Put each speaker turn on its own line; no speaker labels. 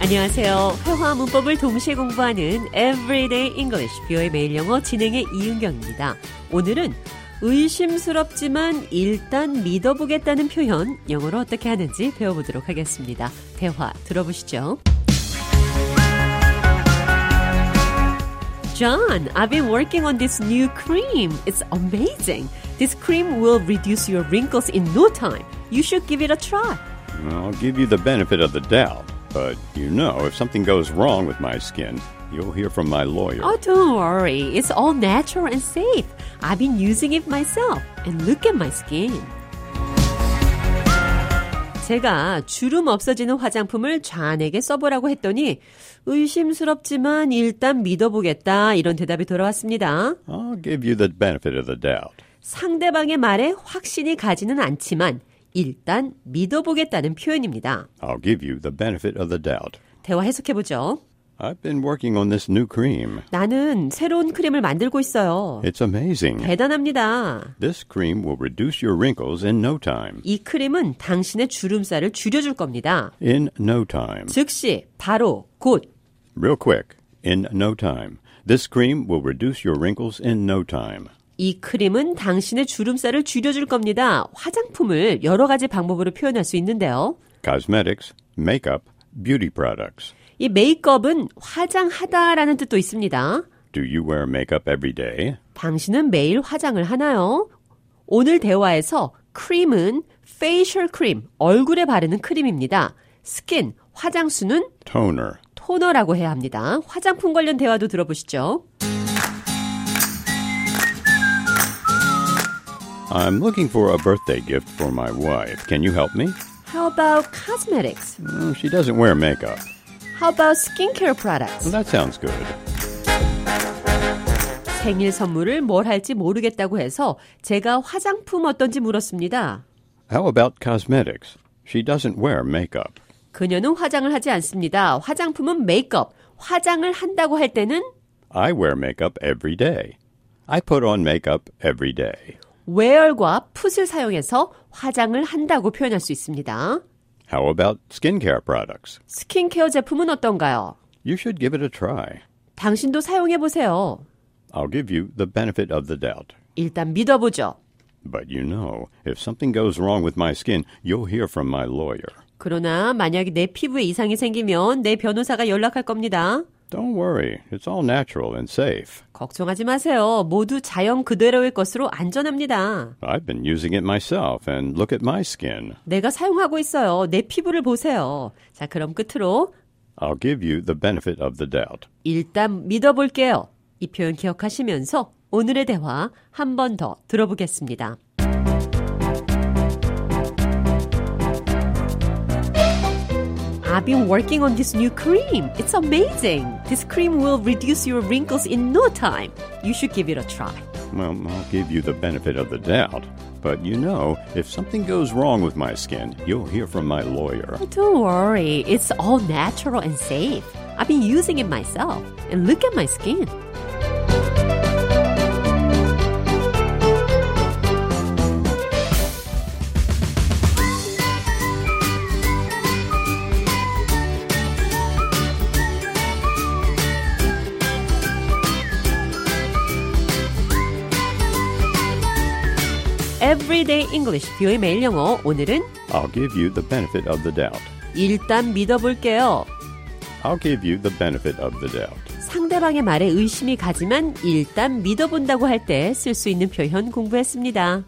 안녕하세요. 회화 문법을 동시에 공부하는 Everyday English 뷰의 매일 영어 진행의 이은경입니다. 오늘은 의심스럽지만 일단 믿어보겠다는 표현 영어로 어떻게 하는지 배워보도록 하겠습니다. 대화 들어보시죠. John, I've been working on this new cream. It's amazing. This cream will reduce your wrinkles in no time. You should give it a try.
I'll give you the benefit of the doubt, but you know, if something goes wrong with my skin, you'll hear from my lawyer.
Oh, don't worry. It's all natural and safe. I've been using it myself. And look at my skin. 제가 주름 없어지는 화장품을 좌안에게 써보라고 했더니 의심스럽지만 일단 믿어보겠다 이런 대답이 돌아왔습니다.
I'll give you the benefit of the doubt.
상대방의 말에 확신이 가지는 않지만 일단 믿어보겠다는 표현입니다.
I'll give you the benefit of the doubt.
대화 해석해보죠.
I've been working on this new cream.
나는 새로운 크림을 만들고 있어요.
It's amazing.
대단합니다.
This cream will reduce your wrinkles in no time.
이 크림은 당신의 주름살을 줄여줄 겁니다.
In no time.
즉시, 바로, 곧.
Real quick. In no time. This cream will reduce your wrinkles in no time.
이 크림은 당신의 주름살을 줄여줄 겁니다. 화장품을 여러 가지 방법으로 표현할 수 있는데요.
Cosmetics, makeup, beauty products.
이 메이크업은 화장하다라는 뜻도 있습니다.
Do you wear makeup every day?
당신은 매일 화장을 하나요? 오늘 대화에서 크림은 페이셜 크림, 얼굴에 바르는 크림입니다. 스킨, 화장수는
Toner.
토너라고 해야 합니다. 화장품 관련 대화도 들어보시죠.
I'm looking for a birthday gift for my wife. Can you help me?
How about cosmetics?
Mm, she doesn't wear makeup.
How about skincare products?
Well, that sounds good.
생일 선물을 뭘 할지 모르겠다고 해서 제가 화장품 어떤지 물었습니다.
How about cosmetics? She doesn't wear makeup.
그녀는 화장을 하지 않습니다. 화장품은 메이크업. 화장을 한다고 할 때는
I wear makeup every day. I put on makeup every day.
웨얼과 풋을 사용해서 화장을 한다고 표현할 수 있습니다.
How about skincare products?
스킨케어 제품은 어떤가요?
You should give it a try.
당신도 사용해 보세요.
I'll give you the benefit of the doubt.
일단 믿어보죠.
But you know, if something goes wrong with my skin, you'll hear from my lawyer.
그러나 만약에 내 피부에 이상이 생기면 내 변호사가 연락할 겁니다.
Don't worry, it's all natural and safe.
걱정하지 마세요. 모두 자연 그대로의 것으로 안전합니다.
I've been using it myself, and look at my skin.
내가 사용하고 있어요. 내 피부를 보세요. 자, 그럼 끝으로
I'll give you the benefit of the doubt.
일단 믿어볼게요. 이 표현 기억하시면서 오늘의 대화 한 번 더 들어보겠습니다. I've been working on this new cream. It's amazing. This cream will reduce your wrinkles in no time. You should give it a try.
Well, I'll give you the benefit of the doubt. But you know, if something goes wrong with my skin, you'll hear from my lawyer.
Don't worry. It's all natural and safe. I've been using it myself. And look at my skin. Everyday English, 뷰의 매일 영어. 오늘은
I'll give you the benefit of the doubt.
일단 믿어볼게요.
I'll give you the benefit of the doubt.
상대방의 말에 의심이 가지만 일단 믿어본다고 할 때 쓸 수 있는 표현 공부했습니다.